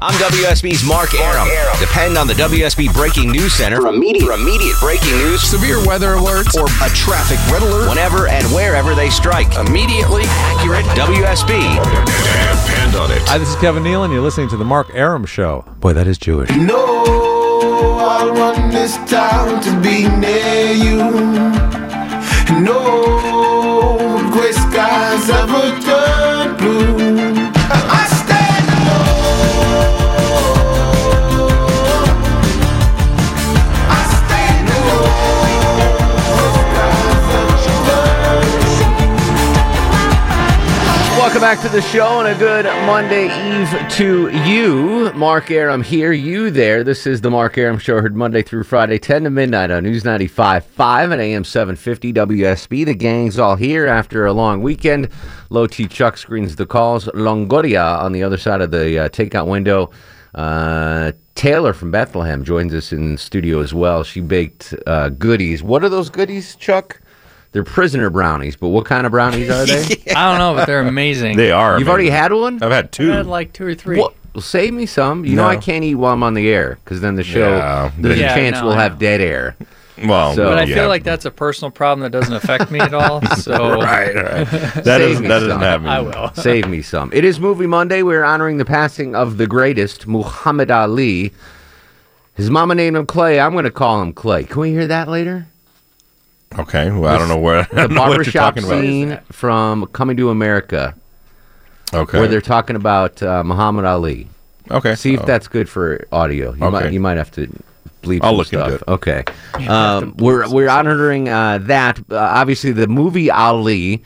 I'm WSB's Mark Aram. Depend on the WSB Breaking News Center for immediate, for immediate breaking news Severe weather alerts or a traffic red alert. whenever and wherever they strike. Immediately accurate. WSB, Depend on it. Hi, this is Kevin Neal, and you're listening to The Mark Aram Show. Boy, that is Jewish. No, I want this town to be near you. No gray skies ever turn blue. I stand alone. I stand Welcome back to the show and a good Monday Eve to you. Mark Aram here, you there. This is the Mark Aram Show, heard Monday through Friday, 10 to midnight on News 95.5 and AM 750 WSB. The gang's all here after a long weekend. Low T Chuck screens the calls. Longoria on the other side of the uh, takeout window. Uh, Taylor from Bethlehem joins us in studio as well. She baked uh, goodies. What are those goodies, Chuck? They're prisoner brownies, but what kind of brownies are they? I don't know, but they're amazing. They are. You've amazing. already had one? I've had two. I had like two or three. Well, save me some. You know No. I can't eat while I'm on the air because then the show Yeah, there's yeah, a chance no, we'll I have know. dead air. Well, So- but I yeah. feel like that's a personal problem that doesn't affect me at all. So right, right. That Save doesn't me that doesn't some. happen. I will. Save me some. It is Movie Monday. We're honoring the passing of the greatest, Muhammad Ali. His mama named him Clay. I'm going to call him Clay. Can we hear that later? Okay. Well, I don't know where. I The don't know what you're barbershop talking about. scene from Coming to America, Okay. where they're talking about uh, Muhammad Ali. okay. See if Oh. that's good for audio. You might Okay. you might have to bleep. I'll some look into stuff. it. Okay, um, we're we're honoring uh, that. Uh, obviously, the movie Ali,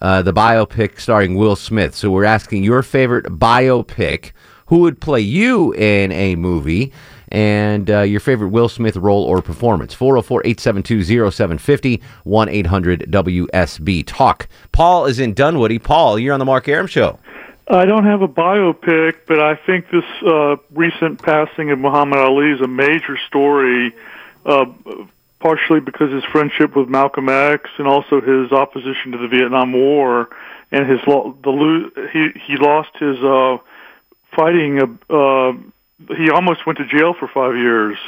uh, the biopic starring Will Smith. So we're asking your favorite biopic. Who would play you in a movie? And uh, your favorite Will Smith role or performance. 404 872 0750 1 800 WSB Talk. Paul is in Dunwoody. Paul, you're on the Mark Aram Show. I don't have a biopic, but I think this uh, recent passing of Muhammad Ali is a major story, uh, partially because his friendship with Malcolm X and also his opposition to the Vietnam War and his lo- the lo- he he lost his uh, fighting. Uh, uh, he almost went to jail for five years,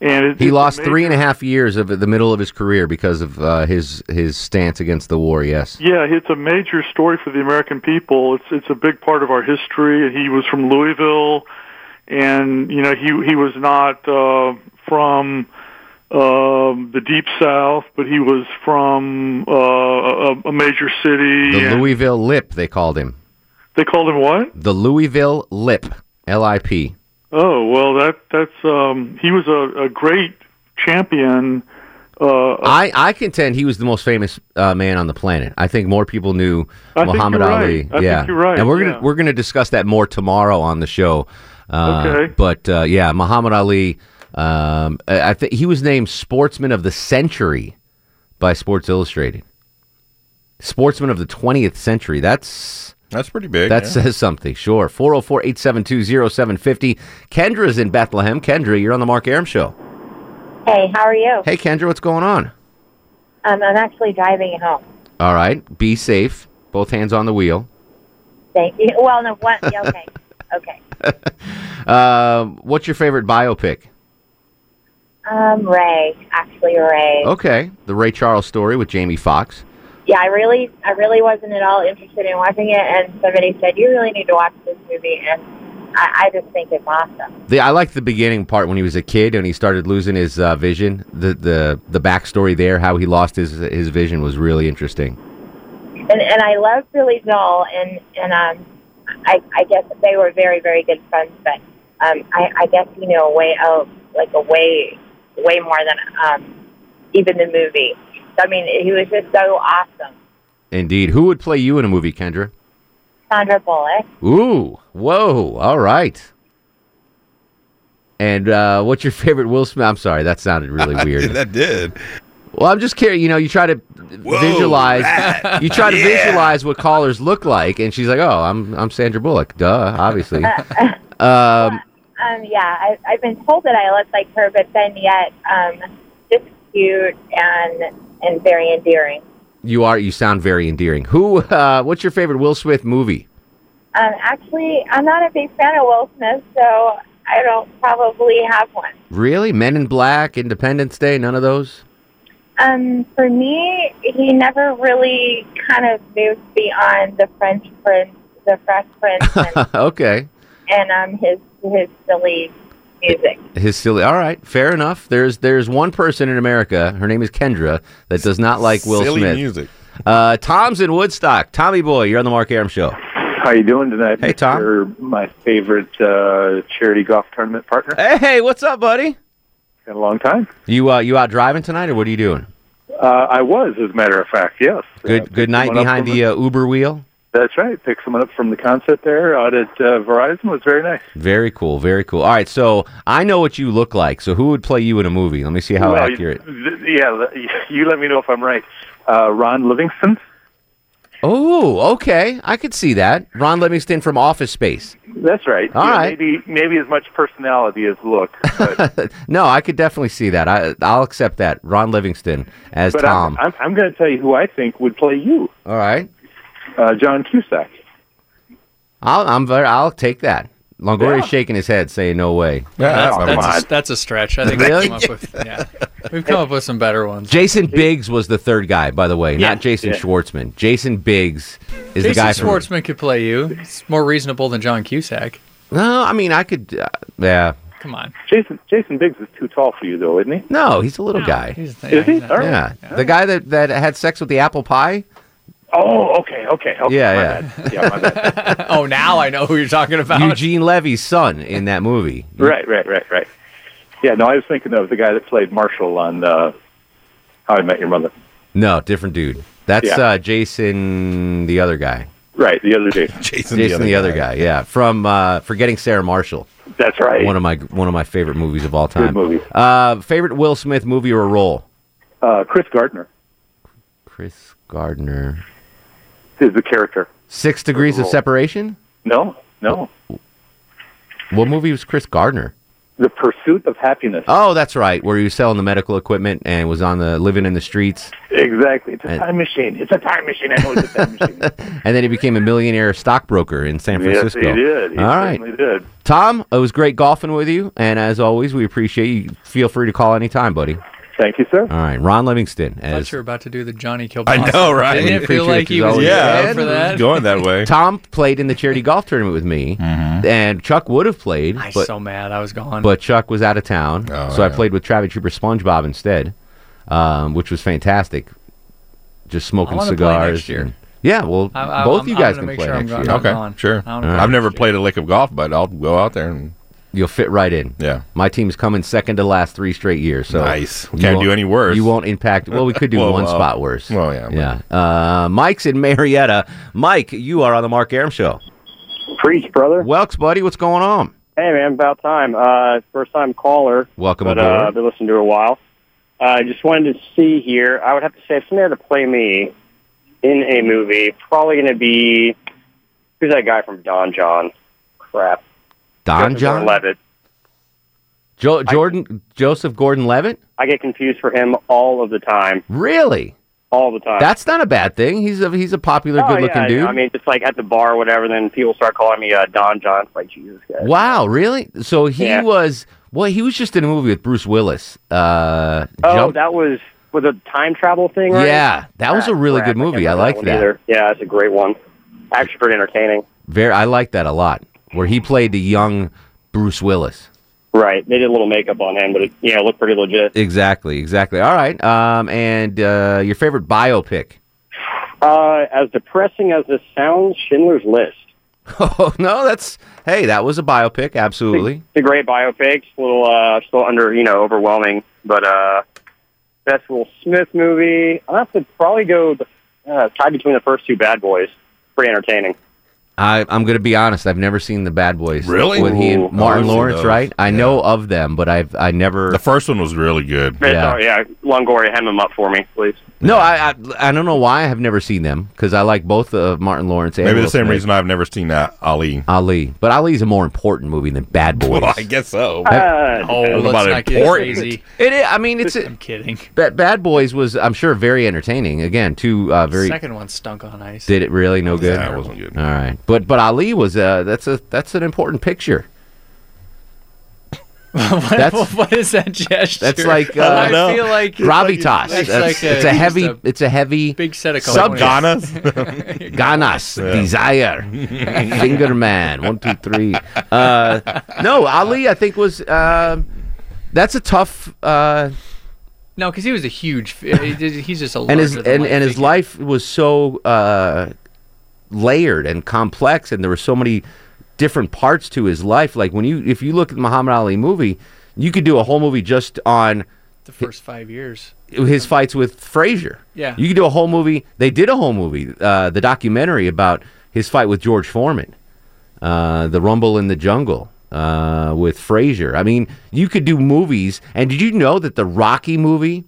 and it, He it's a lost major- three and a half years of the middle of his career because of uh, his his stance against the war. Yes, Yeah, it's a major story for the American people. It's it's a big part of our history. And he was from Louisville, and you know he he was not uh, from um, the deep south, but he was from uh, a, a major city. the and- Louisville Lip they called him. they called him what? The Louisville Lip, L I P. Oh well, that that's um, he was a, a great champion. Uh, I I contend he was the most famous uh, man on the planet. I think more people knew I think Muhammad you're Ali. right. I think yeah, you're right, And we're gonna yeah. we're gonna discuss that more tomorrow on the show. Uh, Okay. But uh, yeah, Muhammad Ali. Um, I I think he was named Sportsman of the Century by Sports Illustrated. Sportsman of the 20th century. That's That's pretty big. That yeah. says something, sure. 404 872 0750. Kendra's in Bethlehem. Kendra, you're on the Mark Aram Show. Hey, how are you? Hey, Kendra, what's going on? Um, I'm actually driving home. All right, be safe. Both hands on the wheel. Thank you. Well, no, what? Yeah, okay. Okay. Um, what's your favorite biopic? Um, Ray, actually Ray. Okay, the Ray Charles story with Jamie Foxx. Yeah, I really, I really wasn't at all interested in watching it, and somebody said you really need to watch this movie, and I, I just think it's awesome. The, I liked the beginning part when he was a kid and he started losing his uh, vision. The, the the backstory there, how he lost his his vision, was really interesting. And and I love Billy Joel, and and um, I I guess they were very very good friends, but um, I I guess you know way out like a way way more than um even the movie. I mean, he was just so awesome. Indeed. Who would play you in a movie, Kendra? Sandra Bullock. Ooh, whoa, all right. And uh, what's your favorite Will Smith? I'm sorry, that sounded really weird. that did. Well, I'm just curious. You know, you try to visualize. You try to visualize what callers look like, and she's like, "Oh, I'm I'm Sandra Bullock. Duh, obviously." um, Um, yeah, I, I've been told that I look like her, but then yet, um, just cute and and very endearing. you are. You sound very endearing. Who? Uh, what's your favorite Will Smith movie? Um, actually, I'm not a big fan of Will Smith, so I don't probably have one. Really, Men in Black, Independence Day, none of those. Um, for me, he never really kind of moved beyond the French Prince, the Fresh Prince, and, okay, and um, his his silly music. his silly. All right, fair enough. There's there's one person in America. Her name is Kendra that does not like Will Silly Smith. music. Uh, Tom's in Woodstock. Tommy boy, you're on the Mark Aram show. How you doing tonight? Hey, Tom. You're my favorite uh, charity golf tournament partner. Hey, what's up, buddy? In a long time. You uh, you out driving tonight, or what are you doing? Uh, I was, as a matter of fact. Yes. Good Uh, good night someone up behind from the uh, Uber wheel. That's right. Picked someone up from the concert there out at uh, Verizon. It was very nice. Very cool, very cool. All right, so I know what you look like. So who would play you in a movie? Let me see how Well, you- accurate. th- yeah. th- You let me know if I'm right. Uh, Ron Livingston. Oh, okay, I could see that. Ron Livingston from Office Space. That's right. All yeah, right. Maybe maybe as much personality as look. But, No, I could definitely see that. I I'll accept that. Ron Livingston as but Tom. I'm, I'm, I'm going to tell you who I think would play you, All right, uh, John Cusack. I'll I'm very, I'll take that. Longoria's shaking his head, saying no way. Yeah, That's, never mind. that's, a, that's a stretch. I think Really? we've come up with yeah, we've come up with some better ones. Jason Biggs was the third guy, by the way, not Jason yeah. Schwartzman. Jason Biggs is the Jason guy from Schwartzman could play you. It's more reasonable than John Cusack. No, I mean I could. Uh, yeah, Come on, Jason Jason Biggs is too tall for you, though, isn't he? no, he's a little guy. He's- yeah, Is he? he's not- All right. Yeah, the guy that that had sex with the apple pie. Oh, okay, okay. okay Yeah, my yeah. Bad. Yeah, my bad. Oh, now I know who you're talking about. Eugene Levy's son in that movie. right, right, right, right. Yeah, no, I was thinking of the guy that played Marshall on uh, How I Met Your Mother. No, different dude. That's Yeah. uh, Jason, the other guy. Right, the other day. Jason, Jason, the other, guy. Yeah, from uh, Forgetting Sarah Marshall. That's right. One of my one of my favorite movies of all time. movie. Uh, favorite Will Smith movie or role? uh, Chris Gardner Chris Gardner. is the character. Six Degrees of Role. Separation. No, no. What movie was Chris Gardner? The Pursuit of Happiness. Oh, that's right. Where he was selling the medical equipment and was on the living in the streets. Exactly. It's a And- time machine. It's a time machine. I know it's a time machine. And then he became a millionaire stockbroker in San yes, Francisco. he did. He All right. certainly did. Tom, it was great golfing with you. And as always, we appreciate you. Feel free to call anytime, buddy. Thank you, sir. All right. Ron Livingston. I As thought you were about to do the Johnny Kilbasa. I know, right? Didn't it Appreciate feel like you he was always- yeah, Yeah, for that? going that way. Tom played in the charity golf tournament with me, Mm-hmm. and Chuck would have played, I'm but, so mad. I was gone. but Chuck was out of town. Oh, so I yeah. played with Travis Trooper SpongeBob instead, um, which was fantastic. Just smoking wanna play cigars. next year. and- yeah, well, I- I- both I'm- you I'm guys gonna can make play sure I'm next gone. year. Okay, on. sure. I don't know. I've never played a lick of golf, but I'll go out there and You'll fit right in. yeah. My team's coming second to last three straight years. So Nice. We you can't won't- do any worse. You won't impact. Well, we could do Well, one well. spot worse. Well, yeah, but- Yeah. Uh, Mike's in Marietta. Mike, you are on the Mark Aram show. Preach, brother. Welks, buddy, what's going on? Hey, man, about time. Uh, first time caller. Welcome but, aboard. Uh, I've been listening to it a while. I uh, just wanted to see here. I would have to say if somebody had to play me in a movie, probably going to be who's that guy from Don John? Crap, Don John. Levitt. Jo- Jordan Joseph Gordon Levitt? I get confused for him all of the time, Really? all the time. That's not a bad thing. He's a he's a popular, Uh, Oh, good looking yeah, dude. I mean, just like at the bar, or whatever. Then people start calling me uh, Don John. It's Like Jesus, guys. wow, really? So he uh, Yeah. was well, he was just in a movie with Bruce Willis. Uh, Oh, Jump- that was with a time travel thing, right? yeah, that was a Ah, really crap, good movie. I can't remember like one that. either. Yeah, it's a great one. Actually, pretty entertaining. Very, I like that a lot. Where he played the young Bruce Willis. Right. They did a little makeup on him, but it, you know, it looked pretty legit. Exactly, exactly. All right. Um, and uh, your favorite biopic? Uh, as depressing as this sounds, Schindler's List. Oh no, that's hey, that was a biopic. Absolutely. It's a great biopic. It's a little, uh, still under, you know, overwhelming. But uh, best Will Smith movie. I'll have to probably go uh, tied between the first two bad boys. Pretty entertaining. I, I'm going to be honest. I've never seen the Bad Boys. Really? With he Ooh. and Martin I've seen Lawrence, those. right? I know of them, but I've I never. The first one was really good. Yeah. Yeah. yeah, Longoria, hem him up for me, please. No, I, I I don't know why I have never seen them because I like both of Martin Lawrence. and Maybe the Will same Smith. reason I've never seen that Ali. Ali, but Ali's a more important movie than Bad Boys. Well, I guess so. Uh, Oh, Let's about not get important. crazy. It is. I mean, it's a, I'm kidding. Bad, Bad Boys was I'm sure very entertaining. Again, two uh, very Second one stunk on ice. did it really no good. That wasn't good. All right, but but Ali was uh, that's a that's an important picture. what, That's- what is that gesture? That's like, uh, I no. feel like Gravitas. It's That's- like a- it's a heavy. just it's a heavy. big set of Sub- colonies. Ghana's? Ganas, desire, finger man, one, two, three. Uh, no, Ali, I think was uh, that's a tough uh, No, because he was a huge. fi- He's just a and his larger and, than life and his figure. life was so uh, layered and complex, and there were so many different parts to his life. Like when you if you look at the Muhammad Ali movie, you could do a whole movie just on The first five years. his fights with Frazier. Yeah. you could do a whole movie. They did a whole movie, uh, the documentary about his fight with George Foreman, uh, the Rumble in the Jungle uh, with Frazier. I mean, you could do movies. And did you know that the Rocky movie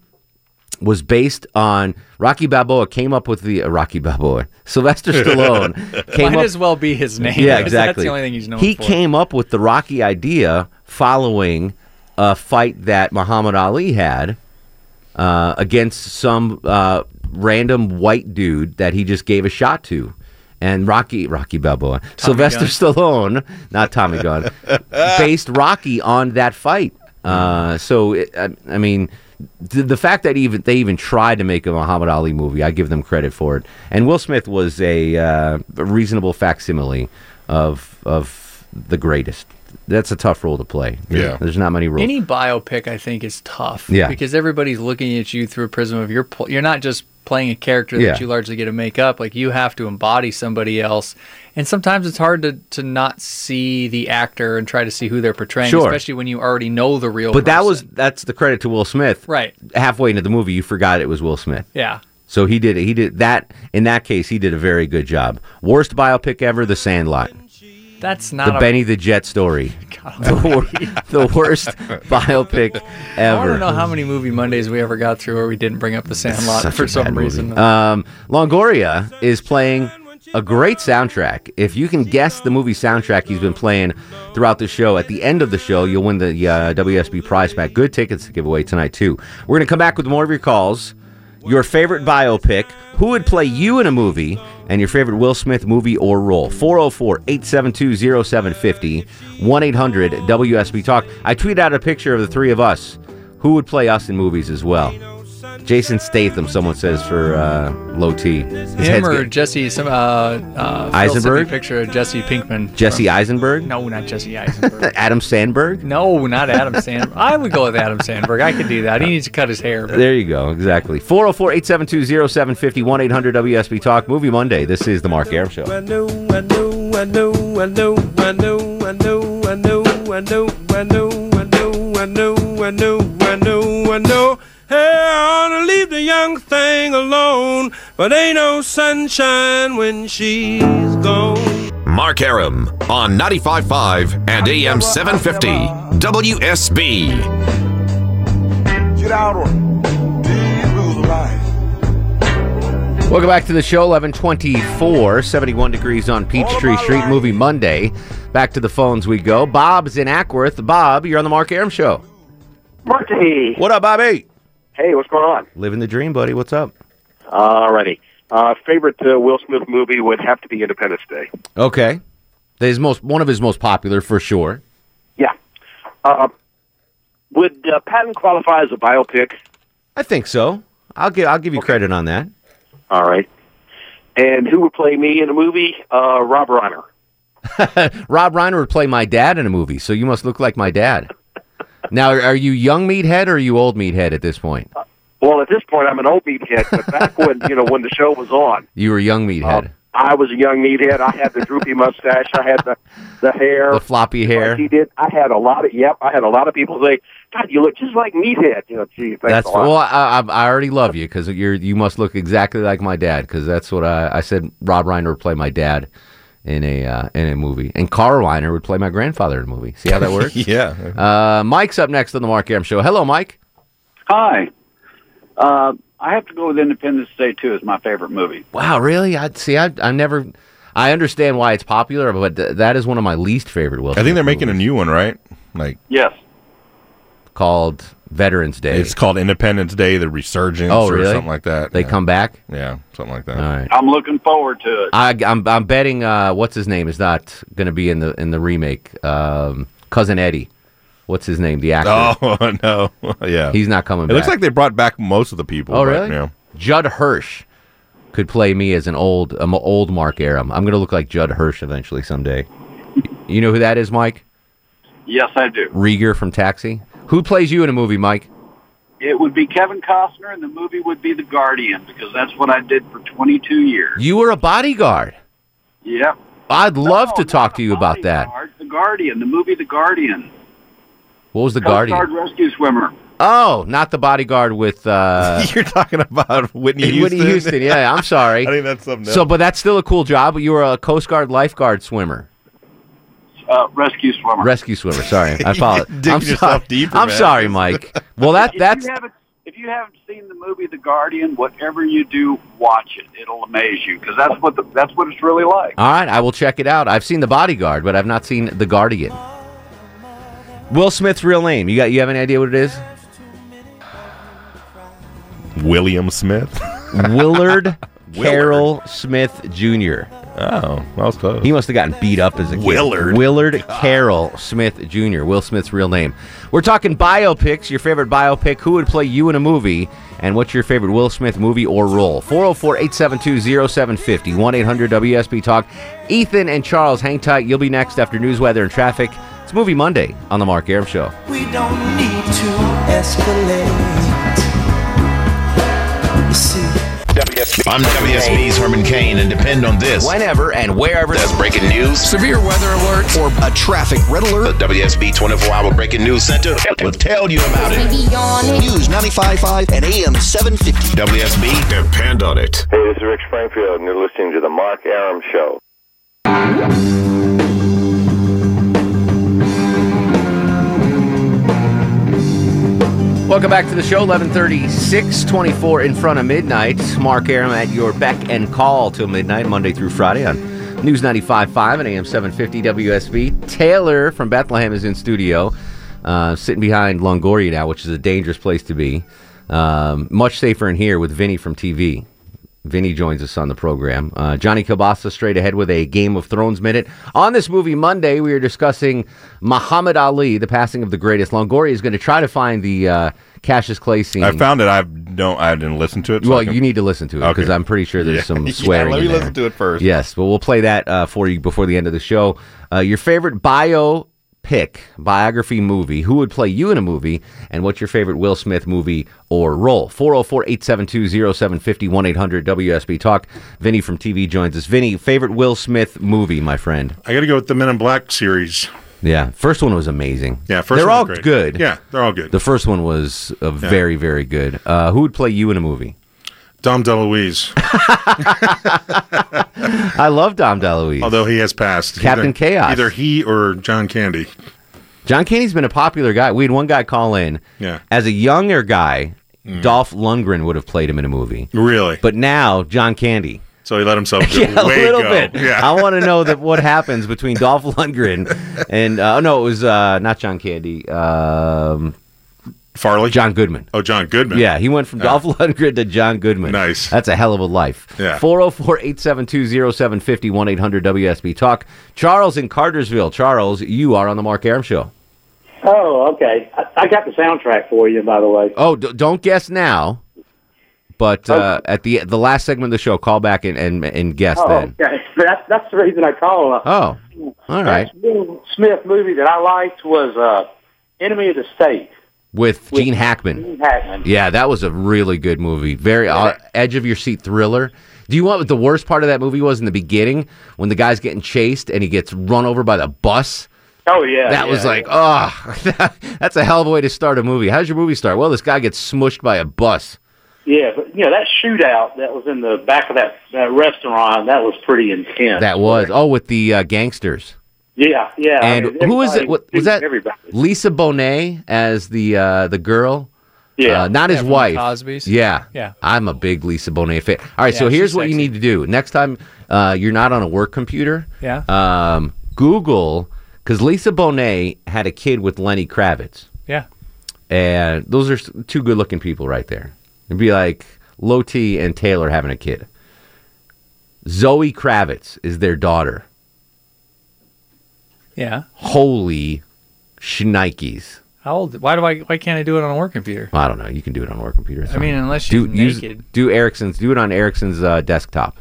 was based on Rocky Balboa came up with the uh, Rocky Balboa Sylvester Stallone came Might up as well be his name. yeah, 'cause exactly. That's the only thing he's known He for. came up with the Rocky idea following a fight that Muhammad Ali had uh, against some uh, random white dude that he just gave a shot to. And Rocky, Rocky Balboa, Sylvester Stallone, not Tommy Gunn, based Rocky on that fight. Uh, so, it, I, I mean, the, the fact that even they even tried to make a Muhammad Ali movie, I give them credit for it. And Will Smith was a, uh, a reasonable facsimile of of the greatest. That's a tough role to play. Yeah. there's not many rules. Any biopic, I think, is tough. Yeah. Because everybody's looking at you through a prism of your. Pl- you're not just playing a character Yeah. that you largely get to make up. Like you have to embody somebody else, and sometimes it's hard to to not see the actor and try to see who they're portraying, Sure. especially when you already know the real. but that person. was that's the credit to Will Smith. right. Halfway into the movie, you forgot it was Will Smith. Yeah. So he did he did that in that case he did a very good job. Worst biopic ever, The Sandlot. That's The not a Benny the Jet story. The, wor- the worst biopic I ever. don't know how many movie Mondays we ever got through where we didn't bring up the Sandlot Such for a bad some movie. reason. Um, Longoria is playing a great soundtrack. If you can guess the movie soundtrack he's been playing throughout the show, at the end of the show, you'll win the uh, WSB prize pack. Good tickets to give away tonight, too. We're going to come back with more of your calls, your favorite biopic, who would play you in a movie, and your favorite Will Smith movie or role. 404 872 0750 1 800 WSB Talk. I tweeted out a picture of the three of us. Who would play us in movies as well? Jason Statham, someone says for uh, low T. His Him head's or get- Jesse, some uh, uh, Phil sent me a Eisenberg? picture of Jesse Pinkman. Jesse Eisenberg? No, not Jesse Eisenberg. Adam Sandberg? no, not Adam Sandberg. I would go with Adam Sandberg. I could do that. He needs to cut his hair. but- There you go, exactly. 404 872 0750 1 800 WSB Talk. Movie Monday. This is The Mark Aram Show. Mark Aram on 95.5 and AM 750 WSB. Get out on these rules of life. Welcome back to the show, 1124, 71 degrees on Peachtree Street, Movie Monday. Back to the phones we go. Bob's in Ackworth. Bob, you're on The Mark Aram Show. Marty! What up, Bobby? Hey, what's going on? Living the dream, buddy. What's up? Alrighty. Uh, favorite uh, Will Smith movie would have to be Independence Day. Okay. His most one of his most popular for sure. Yeah. Uh, would uh, Patton qualify as a biopic? I think so. I'll give I'll give you credit on that. All right. And who would play me in the movie? Uh, Rob Reiner. Rob Reiner would play my dad in a movie, so you must look like my dad. now, are you young meathead or are you old meathead at this point? Well, at this point, I'm an old meathead, but back when you know when the show was on, You were young meathead. I was a young meathead. I had the droopy mustache. I had the the Uh, hair. the floppy hair. Like he did. I had a lot of yep. I had a lot of people say, "God, you look just like meathead." You know, gee, thanks That's a lot. well. I, I, I already love you because you're you must look exactly like my dad because that's what I, I said. Rob Reiner would play my dad in a uh, in a movie, and Carl Reiner would play my grandfather in a movie. See how that works? yeah. Uh, Mike's up next on the Mark Aram Show. Hello, Mike. Hi. Uh, I have to go with Independence Day 2 as my favorite movie. Wow, really? I see. I I never. I understand why it's popular, but th- that is one of my least favorite. Will I think they're making a new one, right? Like Yes. called Veterans Day. it's called Independence Day, the Resurgence, Oh, or really? something like that. They yeah. come back. Yeah, something like that. All right. I'm looking forward to it. I, I'm I'm betting uh, what's his name is not going to be in the in the remake. Um, Cousin Eddie, what's his name? The actor. Oh no, yeah, he's not coming. It back. looks like they brought back most of the people. Oh but, really? Yeah. Judd Hirsch could play me as an old um, old Mark Aram. I'm going to look like Judd Hirsch eventually someday. you know who that is, Mike? Yes, I do. Rieger from Taxi. Who plays you in a movie, Mike? It would be Kevin Costner, and the movie would be The Guardian because that's what I did for 22 years. You were a bodyguard. Yep. I'd love to talk to you about that. Guard- The Guardian, the movie The Guardian. What was the Coast guardian? Guard rescue swimmer. Oh, not the bodyguard with. Uh, You're talking about Whitney Whitney Houston? Houston, yeah. I'm sorry. I think that's something So, else. but that's still a cool job. You were a Coast Guard lifeguard swimmer, Uh, rescue swimmer. rescue swimmer. Sorry, I apologize. Dig I'm yourself sorry. deeper, I'm man. sorry, Mike. Well, that if that's You haven't, if you haven't seen the movie The Guardian, whatever you do, watch it. It'll amaze you because that's what the, that's what it's really like. all right. I will check it out. I've seen the bodyguard, but I've not seen the Guardian. Will Smith's real name? You got? You have any idea what it is? William Smith. Willard Carroll Smith Jr. Oh, that was close. He must have gotten beat up as a kid. Willard. Willard Carroll Smith Jr. Will Smith's real name. We're talking biopics. Your favorite biopic? Who would play you in a movie? And what's your favorite Will Smith movie or role? 404-872-0750. 1-800-WSB Talk. Ethan and Charles, hang tight. You'll be next after news, weather, and traffic. It's Movie Monday on The Mark Aram Show. We don't need to escalate. You see, I'm WSB's Herman Kane, and depend on this whenever and wherever there's breaking news, severe weather alerts, or a traffic red alert. The WSB 24 Hour Breaking News Center will tell you about it. News 95.5 and AM 750. WSB, depend on it. Hey, this is Rick Springfield, and you're listening to The Mark Aram Show. Welcome back to the show, 1136, 24 in front of midnight. Mark Aram at your beck and call till midnight, Monday through Friday on News 95.5 and AM 750 WSB. Taylor from Bethlehem is in studio, uh, sitting behind Longoria now, which is a dangerous place to be. Um, much safer in here with Vinny from TV. Vinny joins us on the program. Uh, Johnny Cabasa straight ahead with a Game of Thrones minute. On this movie Monday, we are discussing Muhammad Ali, the passing of the greatest. Longoria is going to try to find the uh, Cassius Clay scene. I found it. I don't. I didn't listen to it. so well, I can- you need to listen to it because Okay. I'm pretty sure there's Yeah. some Yeah, swearing. let in me there. listen to it first. Yes, but we'll play that uh, for you before the end of the show. Uh, your favorite bio pick, biography movie, who would play you in a movie, and what's your favorite Will Smith movie or role? 404 872 0750 800 WSB Talk. Vinny from TV joins us. Vinny, favorite Will Smith movie, my friend? I got to go with the Men in Black series. Yeah, first one was amazing. Yeah, first They're one's all great. good. Yeah, they're all good. The first one was uh, very, very good. Uh, who would play you in a movie? Dom DeLuise, I love Dom DeLuise. although he has passed. Captain Either- Chaos. Either he or John Candy. John Candy's been a popular guy. We had one guy call in. Yeah. Mm. As a younger guy, Dolph Lundgren would have played him in a movie. Really? But now John Candy. So he let himself go yeah, a way little go. bit. Yeah. I want to know that what happens between Dolph Lundgren and uh, oh no, it was uh, not John Candy. Um, Farley. John Goodman. Oh, John Goodman. Yeah, he went from Ah. Dolph Lundgren to John Goodman. Nice. That's a hell of a life. Yeah. 404 872 0750 800 WSB Talk. Charles in Cartersville. Charles, you are on The Mark Aram Show. Oh, okay. I, I got the soundtrack for you, by the way. Oh, d- don't guess now. But Oh. uh, at the the last segment of the show, call back and and, and guess oh, then. okay. That's that's the reason I uh, called. Oh, all right. That Will Smith movie that I liked was uh, Enemy of the State. With Gene Hackman. Gene Hackman. Yeah, that was a really good movie. Very uh, edge of your seat thriller. Do you want what the worst part of that movie was in the beginning when the guy's getting chased and he gets run over by the bus? Oh yeah. that yeah, was like, yeah. oh, that's a hell of a way to start a movie. How's your movie start? Well, this guy gets smushed by a bus. Yeah, but you know that shootout that was in the back of that, that restaurant that was pretty intense. That was oh with the uh, gangsters. yeah, yeah. I and mean, who is it? everybody What, was that Everybody. Lisa Bonet as the uh, the girl? Yeah. Uh, not Yeah, his from wife. Cosby's. Yeah. Yeah. I'm a big Lisa Bonet fan. All right, so Yeah, here's she's what you need to do. Next time uh, you're not on a work computer, Yeah. um, Google, because Lisa Bonet had a kid with Lenny Kravitz. Yeah. And those are s- two good looking people right there. It'd be like Loti and Taylor having a kid. Zoe Kravitz is their daughter. Yeah. Holy shnikes. How old? Why do I? Why can't I do it on a work computer? Well, I don't know. You can do it on a work computer. It's I fine. mean, unless do, she's use- naked. do Ericsson's. Do it on Ericsson's uh, desktop.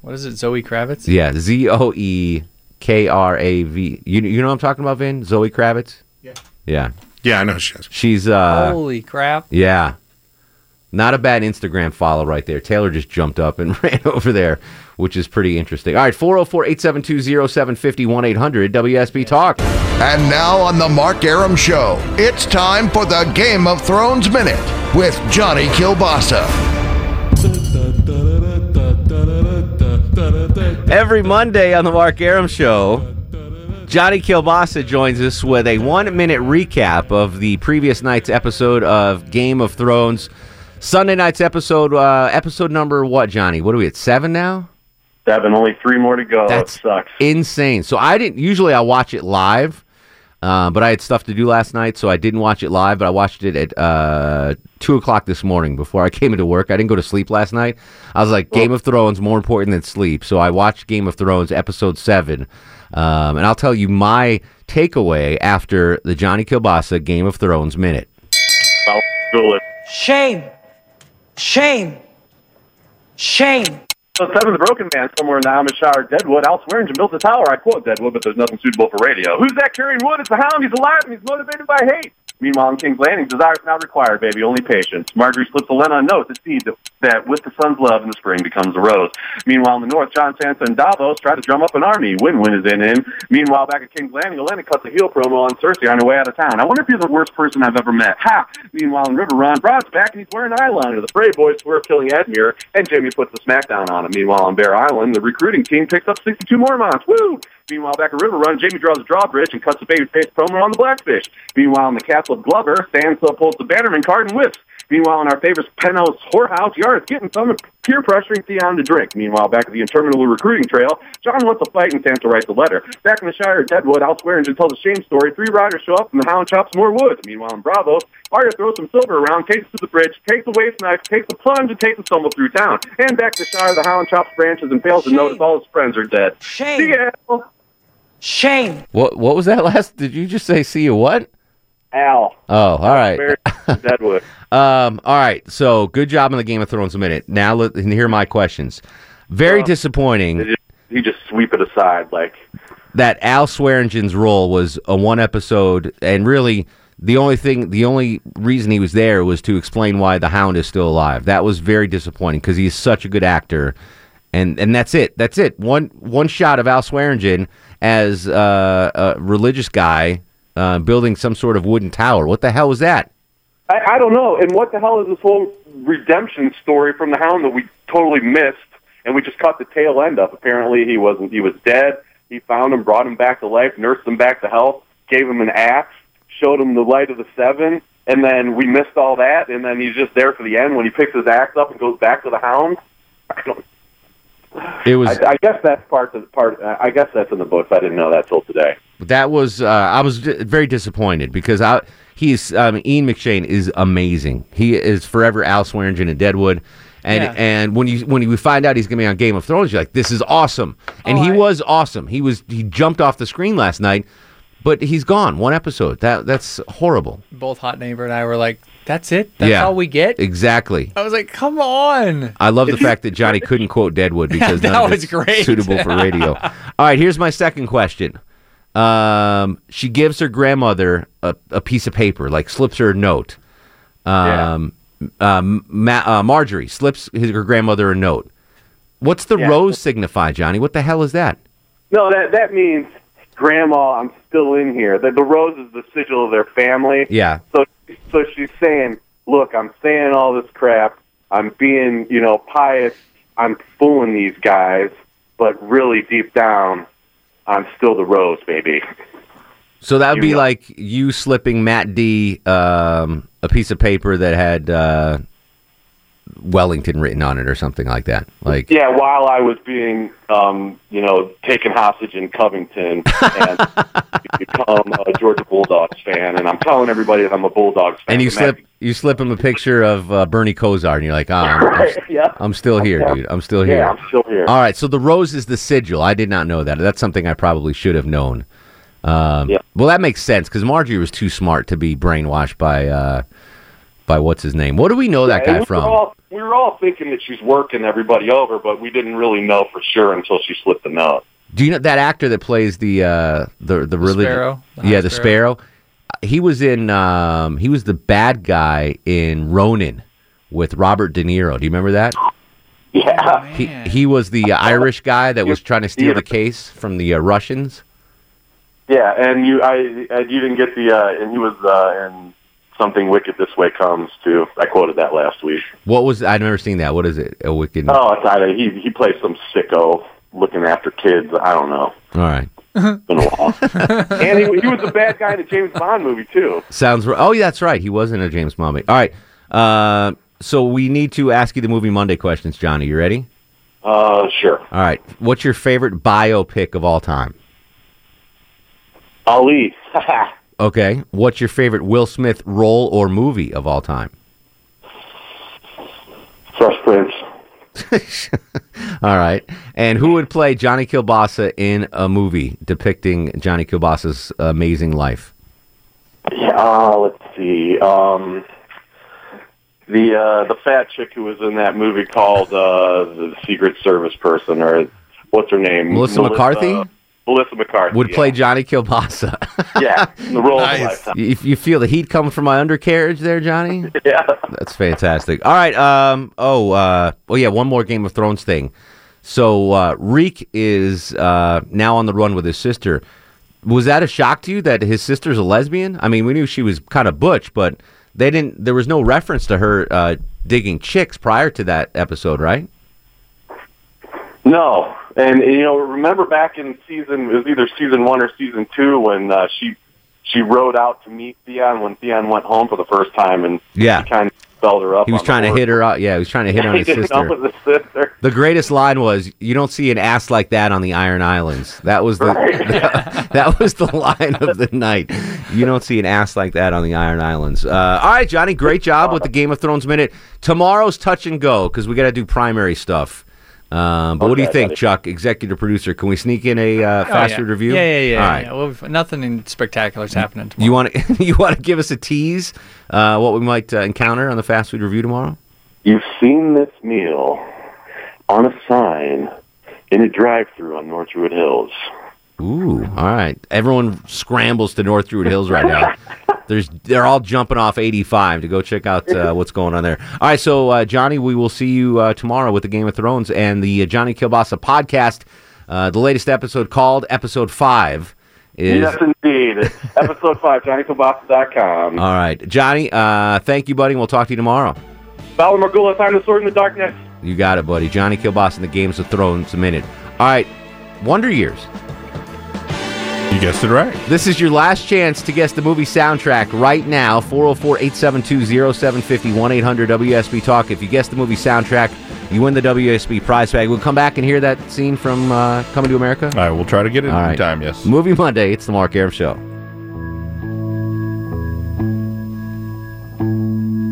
What is it? Zoe Kravitz? Yeah, Z O E K R A V. You you know what I'm talking about, Vin? Zoe Kravitz. Yeah. Yeah. Yeah, I know she is. She's uh. Holy crap! Yeah. Not a bad Instagram follow right there. Taylor just jumped up and ran over there, which is pretty interesting. All right, 404 872 0750 800 WSB Talk. And now on The Mark Aram Show, it's time for the Game of Thrones Minute with Johnny Kilbasa. Every Monday on the Mark Aram Show, Johnny Kilbasa joins us with a one minute recap of the previous night's episode of Game of Thrones. Sunday night's episode, uh, episode number what, Johnny? What are we at, seven now? Seven, only three more to go. That's it sucks. Insane. So I didn't, usually I watch it live, uh, but I had stuff to do last night, so I didn't watch it live, but I watched it at uh, 2 o'clock this morning before I came into work. I didn't go to sleep last night. I was like, Game of Thrones more important than sleep. So I watched Game of Thrones episode 7. Um, and I'll tell you my takeaway after the Johnny Kilbasa Game of Thrones minute. Shame. Shame. Shame. So seven, the broken man somewhere in the Amishire Deadwood, elsewhere in Jamilta Tower. I quote Deadwood, but there's nothing suitable for radio. Who's that carrying wood? It's the hound. He's alive and he's motivated by hate. Meanwhile, in King's Landing, desire's not required, baby, only patience. Marjorie slips Elena a note, the seed that, that with the sun's love in the spring becomes a rose. Meanwhile, in the north, John Sansa and Davos try to drum up an army. Win-win is in him. Meanwhile, back at King's Landing, Elena cuts a heel promo on Cersei on her way out of town. I wonder if you're the worst person I've ever met. Ha! Meanwhile, in River, Ron Broad's back and he's wearing eyeliner. The Frey boys swear killing Edmure, and Jamie puts the smackdown on him. Meanwhile, on Bear Island, the recruiting team picks up 62 Mormons. Woo! Meanwhile, back at River Run, Jamie draws a drawbridge and cuts a babyface promo on the Blackfish. Meanwhile, in the castle of Glover, Sansa pulls the Bannerman card and whips. Meanwhile, in our favorite penthouse whorehouse, Yara's getting some and peer pressuring Theon to drink. Meanwhile, back at the interminable recruiting trail, John wants a fight and Sansa writes a letter. Back in the Shire at Deadwood, elsewhere, and tells a shame story. Three riders show up and the hound chops more wood. Meanwhile, in Bravos, Arya throws some silver around, takes it to the bridge, takes a wave knife, takes a plunge, and takes a stumble through town. And back to Shire, the hound chops branches and fails to notice all his friends are dead. Shame. Shame. What what was that last? Did you just say see you what? Al. Oh, all right. Deadwood. Um, all right. So good job in the Game of Thrones a minute. Now let and here are my questions. Very Uh, disappointing He just sweep it aside like that Al Swearingen's role was a one episode and really the only thing the only reason he was there was to explain why the hound is still alive. That was very disappointing because he's such a good actor. And and that's it. That's it. One one shot of Al Swearingen as uh, a religious guy uh, building some sort of wooden tower. What the hell was that? I, I don't know. And what the hell is this whole redemption story from the Hound that we totally missed, and we just caught the tail end of? Apparently, he wasn't. He was dead. He found him, brought him back to life, nursed him back to health, gave him an axe, showed him the light of the seven, and then we missed all that. And then he's just there for the end when he picks his axe up and goes back to the Hound. I don't. It was. I, I guess that's part of the part. I guess that's in the books. I didn't know that till today. That was uh, I was d- very disappointed because I he's um, Ian McShane is amazing. He is forever Al Swearingen in Deadwood, and Yeah. and when you when you find out he's gonna be on Game of Thrones, you're like, this is awesome, and he was awesome. He was he jumped off the screen last night, but he's gone one episode. That that's horrible. Both hot neighbor and I were like, "That's it. That's Yeah. all we get." Exactly. I was like, "Come on." I love the fact that Johnny couldn't quote Deadwood because That none of was it's great. suitable for radio. All right, here's my second question. Um, she gives her grandmother a, a piece of paper, like slips her a note. Um, um, Ma- uh, Marjorie slips his, her grandmother a note. What's the Yeah. rose signify, Johnny? What the hell is that? No, that that means, Grandma, I'm still in here. The, the rose is the sigil of their family. Yeah. So, so she's saying, look, I'm saying all this crap. I'm being, you know, pious. I'm fooling these guys, but really deep down, I'm still the rose, baby. So that would be like you slipping Matt D um, a piece of paper that had uh, Wellington written on it or something like that. Like Yeah, while I was being, um, you know, taken hostage in Covington and become a Georgia Bulldogs fan, and I'm telling everybody that I'm a Bulldogs fan. and you Matt slip you slip him a picture of uh, Bernie Kosar and you're like, "Ah, I'm, I'm, Right, yeah. I'm still here, dude. I'm still Yeah, here. I'm still here. All right, so the rose is the sigil. I did not know that. That's something I probably should have known. Um, Well, that makes sense because Marjorie was too smart to be brainwashed by uh, by what's his name. What do we know that And guy we from? Were all, we were all thinking that she's working everybody over, but we didn't really know for sure until she slipped the note. Do you know that actor that plays the uh, the the, religion? Sparrow? The yeah, Hot the Sparrow? Sparrow. Uh, He was in. Um, he was the bad guy in Ronin with Robert De Niro. Do you remember that? Yeah. He he was the uh, Irish guy that was trying to steal Yeah. the case from the uh, Russians. Yeah, and you, I, I you didn't get the, uh, and he was uh, in something wicked this way comes too. I quoted that last week. What was I've never seen that. What is it? A wicked. Oh, it's either he he plays some sicko looking after kids. I don't know. All right. Been a while. and he, he was the bad guy in the James Bond movie too. Sounds. r- Oh, yeah, that's right. He was in a James Bond. movie. All right. Uh, so we need to ask you the movie Monday questions, Johnny. You ready? Uh, sure. All right. What's your favorite biopic of all time? Ali. Okay. What's your favorite Will Smith role or movie of all time? Fresh Prince. all right. And who would play Johnny Kilbasa in a movie depicting Johnny Kilbasa's amazing life? Yeah, uh, let's see. Um, the uh, the fat chick who was in that movie called uh, the Secret Service person, or what's her name? Melissa McCarthy? Melissa McCarthy Would yeah. play Johnny Kilbasa. yeah, in the role of a lifetime. you, you feel the heat coming from my undercarriage there, Johnny? Yeah. That's fantastic. All right. Um. Oh. Uh. Oh yeah. One more Game of Thrones thing. So uh, Reek is uh, now on the run with his sister. Was that a shock to you that his sister's a lesbian? I mean, we knew she was kind of butch, but they didn't. There was no reference to her uh, digging chicks prior to that episode, right? No, and you know, remember back in season it was either season one or season two when uh, she she rode out to meet Theon when Theon went home for the first time, and Yeah. he kind of spelled her up. He was on trying the to horse. hit her out. Yeah, he was trying to hit on He his didn't know sister. it was his sister. The greatest line was, "You don't see an ass like that on the Iron Islands." That was the that, that was the line of the night. You don't see an ass like that on the Iron Islands. Uh, all right, Johnny, great job with the Game of Thrones minute. Tomorrow's touch and go because we got to do primary stuff. Um, but what do you Okay, think, buddy. Chuck, executive producer? Can we sneak in a uh, Oh, fast yeah. food review? Yeah, yeah, yeah. All right. yeah. Well, we've- nothing in spectacular's happening. You want to you want to give us a tease uh, what we might uh, encounter on the fast food review tomorrow? You've seen this meal on a sign in a drive-through on North Druid Hills. Ooh, all right. Everyone scrambles to North Druid Hills right now. There's they're all jumping off 85 to go check out uh, what's going on there. All right, so uh, Johnny, we will see you uh, tomorrow with the Game of Thrones and the uh, Johnny Kilbasa podcast. Uh, the latest episode called Episode Five is. Yes, indeed. Episode five, JohnnyKilbasa.com. All right, Johnny. Uh, thank you, buddy. and We'll talk to you tomorrow. Valor Margula, time to sword in the darkness. You got it, buddy. Johnny Kilbasa and the Games of Thrones a minute. All right, Wonder Years. You guessed it right. This is your last chance to guess the movie soundtrack right now. 404 872 0750 1 800 WSB Talk. If you guess the movie soundtrack, you win the WSB prize bag. We'll come back and hear that scene from uh, Coming to America. All right, we'll try to get it in time, yes. Movie Monday, it's the Mark Aram Show.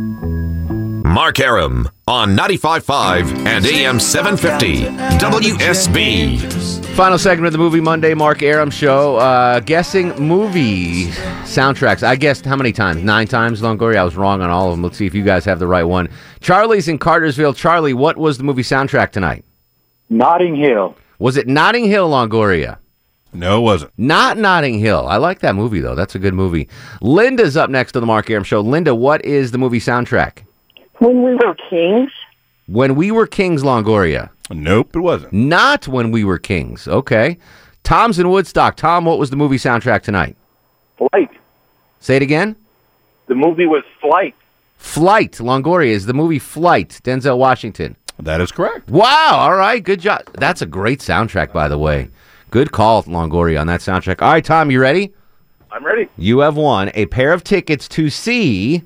Mark Aram on 95.5 and AM 750 WSB. Final segment of the Movie Monday Mark Aram Show. Uh, guessing movie soundtracks. I guessed how many times? Nine times, Longoria. I was wrong on all of them. Let's see if you guys have the right one. Charlie's in Cartersville. Charlie, what was the movie soundtrack tonight? Notting Hill. Was it Notting Hill, Longoria? No, it wasn't. Not Notting Hill. I like that movie, though. That's a good movie. Linda's up next to the Mark Aram Show. Linda, what is the movie soundtrack? When we were kings, When We Were Kings, Longoria. Nope, it wasn't. Not When We Were Kings. Okay. Tom's in Woodstock. Tom, what was the movie soundtrack tonight? Flight. Say it again. The movie was Flight. Flight. Longoria is the movie Flight. Denzel Washington. That is correct. Wow. All right. Good job. That's a great soundtrack, by the way. Good call, Longoria, on that soundtrack. All right, Tom, you ready? I'm ready. You have won a pair of tickets to see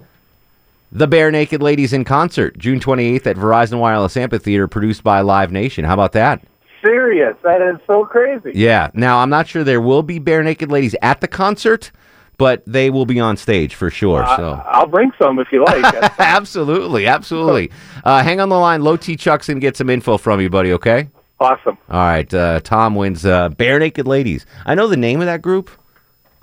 the Bare Naked Ladies in concert, June 28th at Verizon Wireless Amphitheater, produced by Live Nation. How about that? Serious. That is so crazy. Yeah. Now, I'm not sure there will be Bare Naked Ladies at the concert, but they will be on stage for sure. Uh, So. I'll bring some if you like. absolutely, absolutely. Uh, hang on the line. Low T Chucks and get some info from you, buddy. Okay. Awesome. All right. Uh, Tom wins uh, Bare Naked Ladies. I know the name of that group.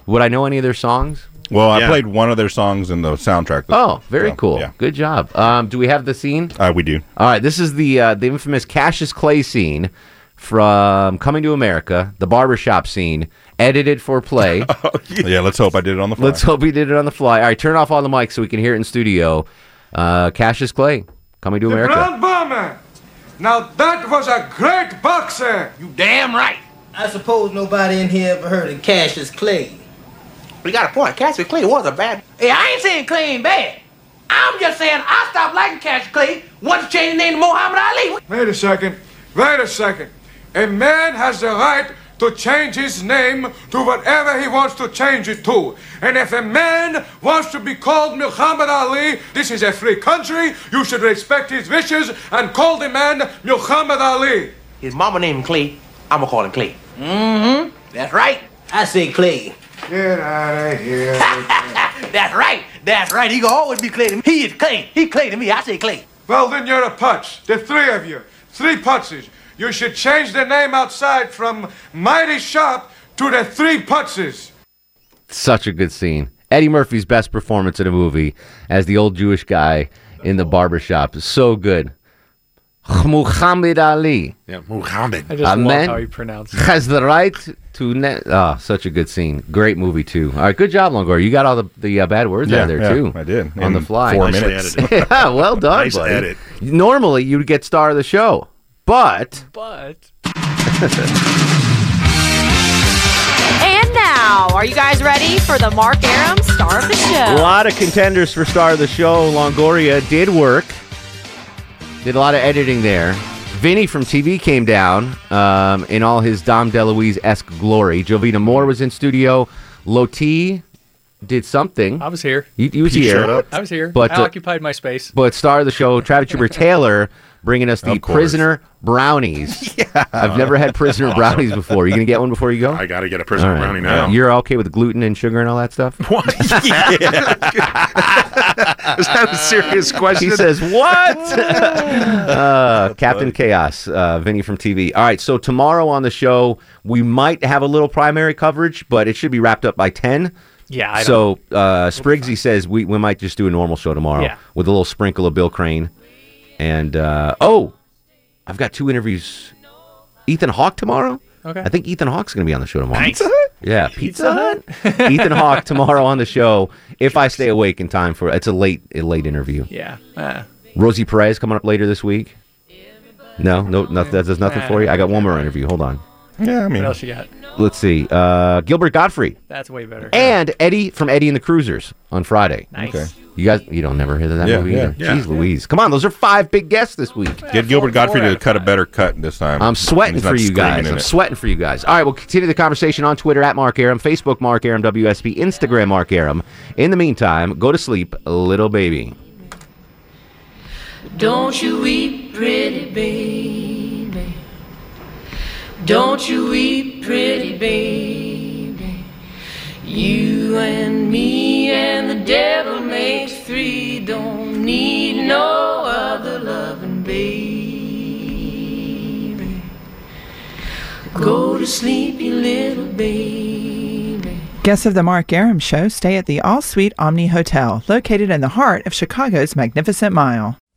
Would I know any of their songs? Well, I played one of their songs in the soundtrack. Oh, very cool. Good job. Um, do we have the scene? Uh, we do. All right. This is the uh, the infamous Cassius Clay scene from Coming to America, the barbershop scene, edited for play. Yeah, let's hope I did it on the fly. Let's hope he did it on the fly. All right, turn off all the mics so we can hear it in studio. Uh, Cassius Clay, Coming to America. Brown Bomber! Now that was a great boxer! You damn right! I suppose nobody in here ever heard of Cassius Clay. We got a point. Cassius Clay was a bad. Hey, I ain't saying Clay ain't bad. I'm just saying I stopped liking Cassius Clay once he changed the name to Muhammad Ali. Wait a second. Wait a second. A man has the right to change his name to whatever he wants to change it to. And if a man wants to be called Muhammad Ali, this is a free country. You should respect his wishes and call the man Muhammad Ali. His mama named him Clay. I'ma call him Clay. Mm-hmm. That's right. I say Clay. Get out of here. That's right. That's right. He gonna always be Clay to me. He is Clay. He Clay to me. I say Clay. Well, then you're a putz. The three of you. Three putzes. You should change the name outside from Mighty Sharp to the Three Putzes. Such a good scene. Eddie Murphy's best performance in a movie as the old Jewish guy in the barbershop. So good. Muhammad Ali. Yeah, Muhammad. I just a love man how you pronounce it. has the right to. Ne- oh, such a good scene. Great movie too. All right, good job, Longoria. You got all the, the uh, bad words out Yeah, of there yeah, too. I did. on In the fly. four Nicely minutes. edited. yeah, well done, Nice buddy. edit. Normally you'd get star of the show, but but And now, are you guys ready for the Mark Aram star of the a show? lot of contenders for star of the show. Longoria did work. Did a lot of editing there. Vinny from TV came down um, in all his Dom DeLuise esque glory. Jovita Moore was in studio. Loti did something. I was here. You, you was He here. showed up. I was here. But I uh, occupied my space. But star of the show, Travis Hubert Taylor, bringing us the Of course. prisoner brownies. I've never had prisoner brownies before. you gonna get one before you go? I gotta get a prisoner brownie now. You're okay with gluten and sugar and all that stuff? What? Is that a serious question? He says, what? uh, Captain Chaos, uh, Vinny from TV. All right, so tomorrow on the show we might have a little primary coverage, but it should be wrapped up by ten. Yeah, I so uh, Sprigsy says we, we might just do a normal show tomorrow Yeah. with a little sprinkle of Bill Crane, and uh, oh, I've got two interviews. Ethan Hawke tomorrow. Okay. I think Ethan Hawke's going to be on the show tomorrow. Pizza Yeah, Pizza Hut. Ethan Hawke tomorrow on the show. If I stay awake in time for it's a late a late interview. Yeah. Uh, Rosie Perez coming up later this week. No, no, nothing, that does nothing for you. I got one more interview. Hold on. Yeah, I what else you got? Let's see. Uh, Gilbert Godfrey That's way better. and Eddie from Eddie and the Cruisers on Friday. Nice. Okay. You guys, you don't never hear that Yeah, movie yeah, either. yeah. Jeez Louise. Come on, those are five big guests this week. Get Gilbert Godfrey to cut a better cut this time. I'm sweating He's not for you screaming guys. in I'm it. sweating for you guys. All right, we'll continue the conversation on Twitter at Mark Aram, Facebook Mark Aram WSB, Instagram Mark Aram. In the meantime, go to sleep, little baby. Don't you weep, pretty baby. Don't you weep, pretty baby. You and me and the devil makes three. Don't need no other loving, baby. Go to sleep, you little baby. Guests of the Mark Aram Show stay at the All Suite Omni Hotel, located in the heart of Chicago's Magnificent Mile.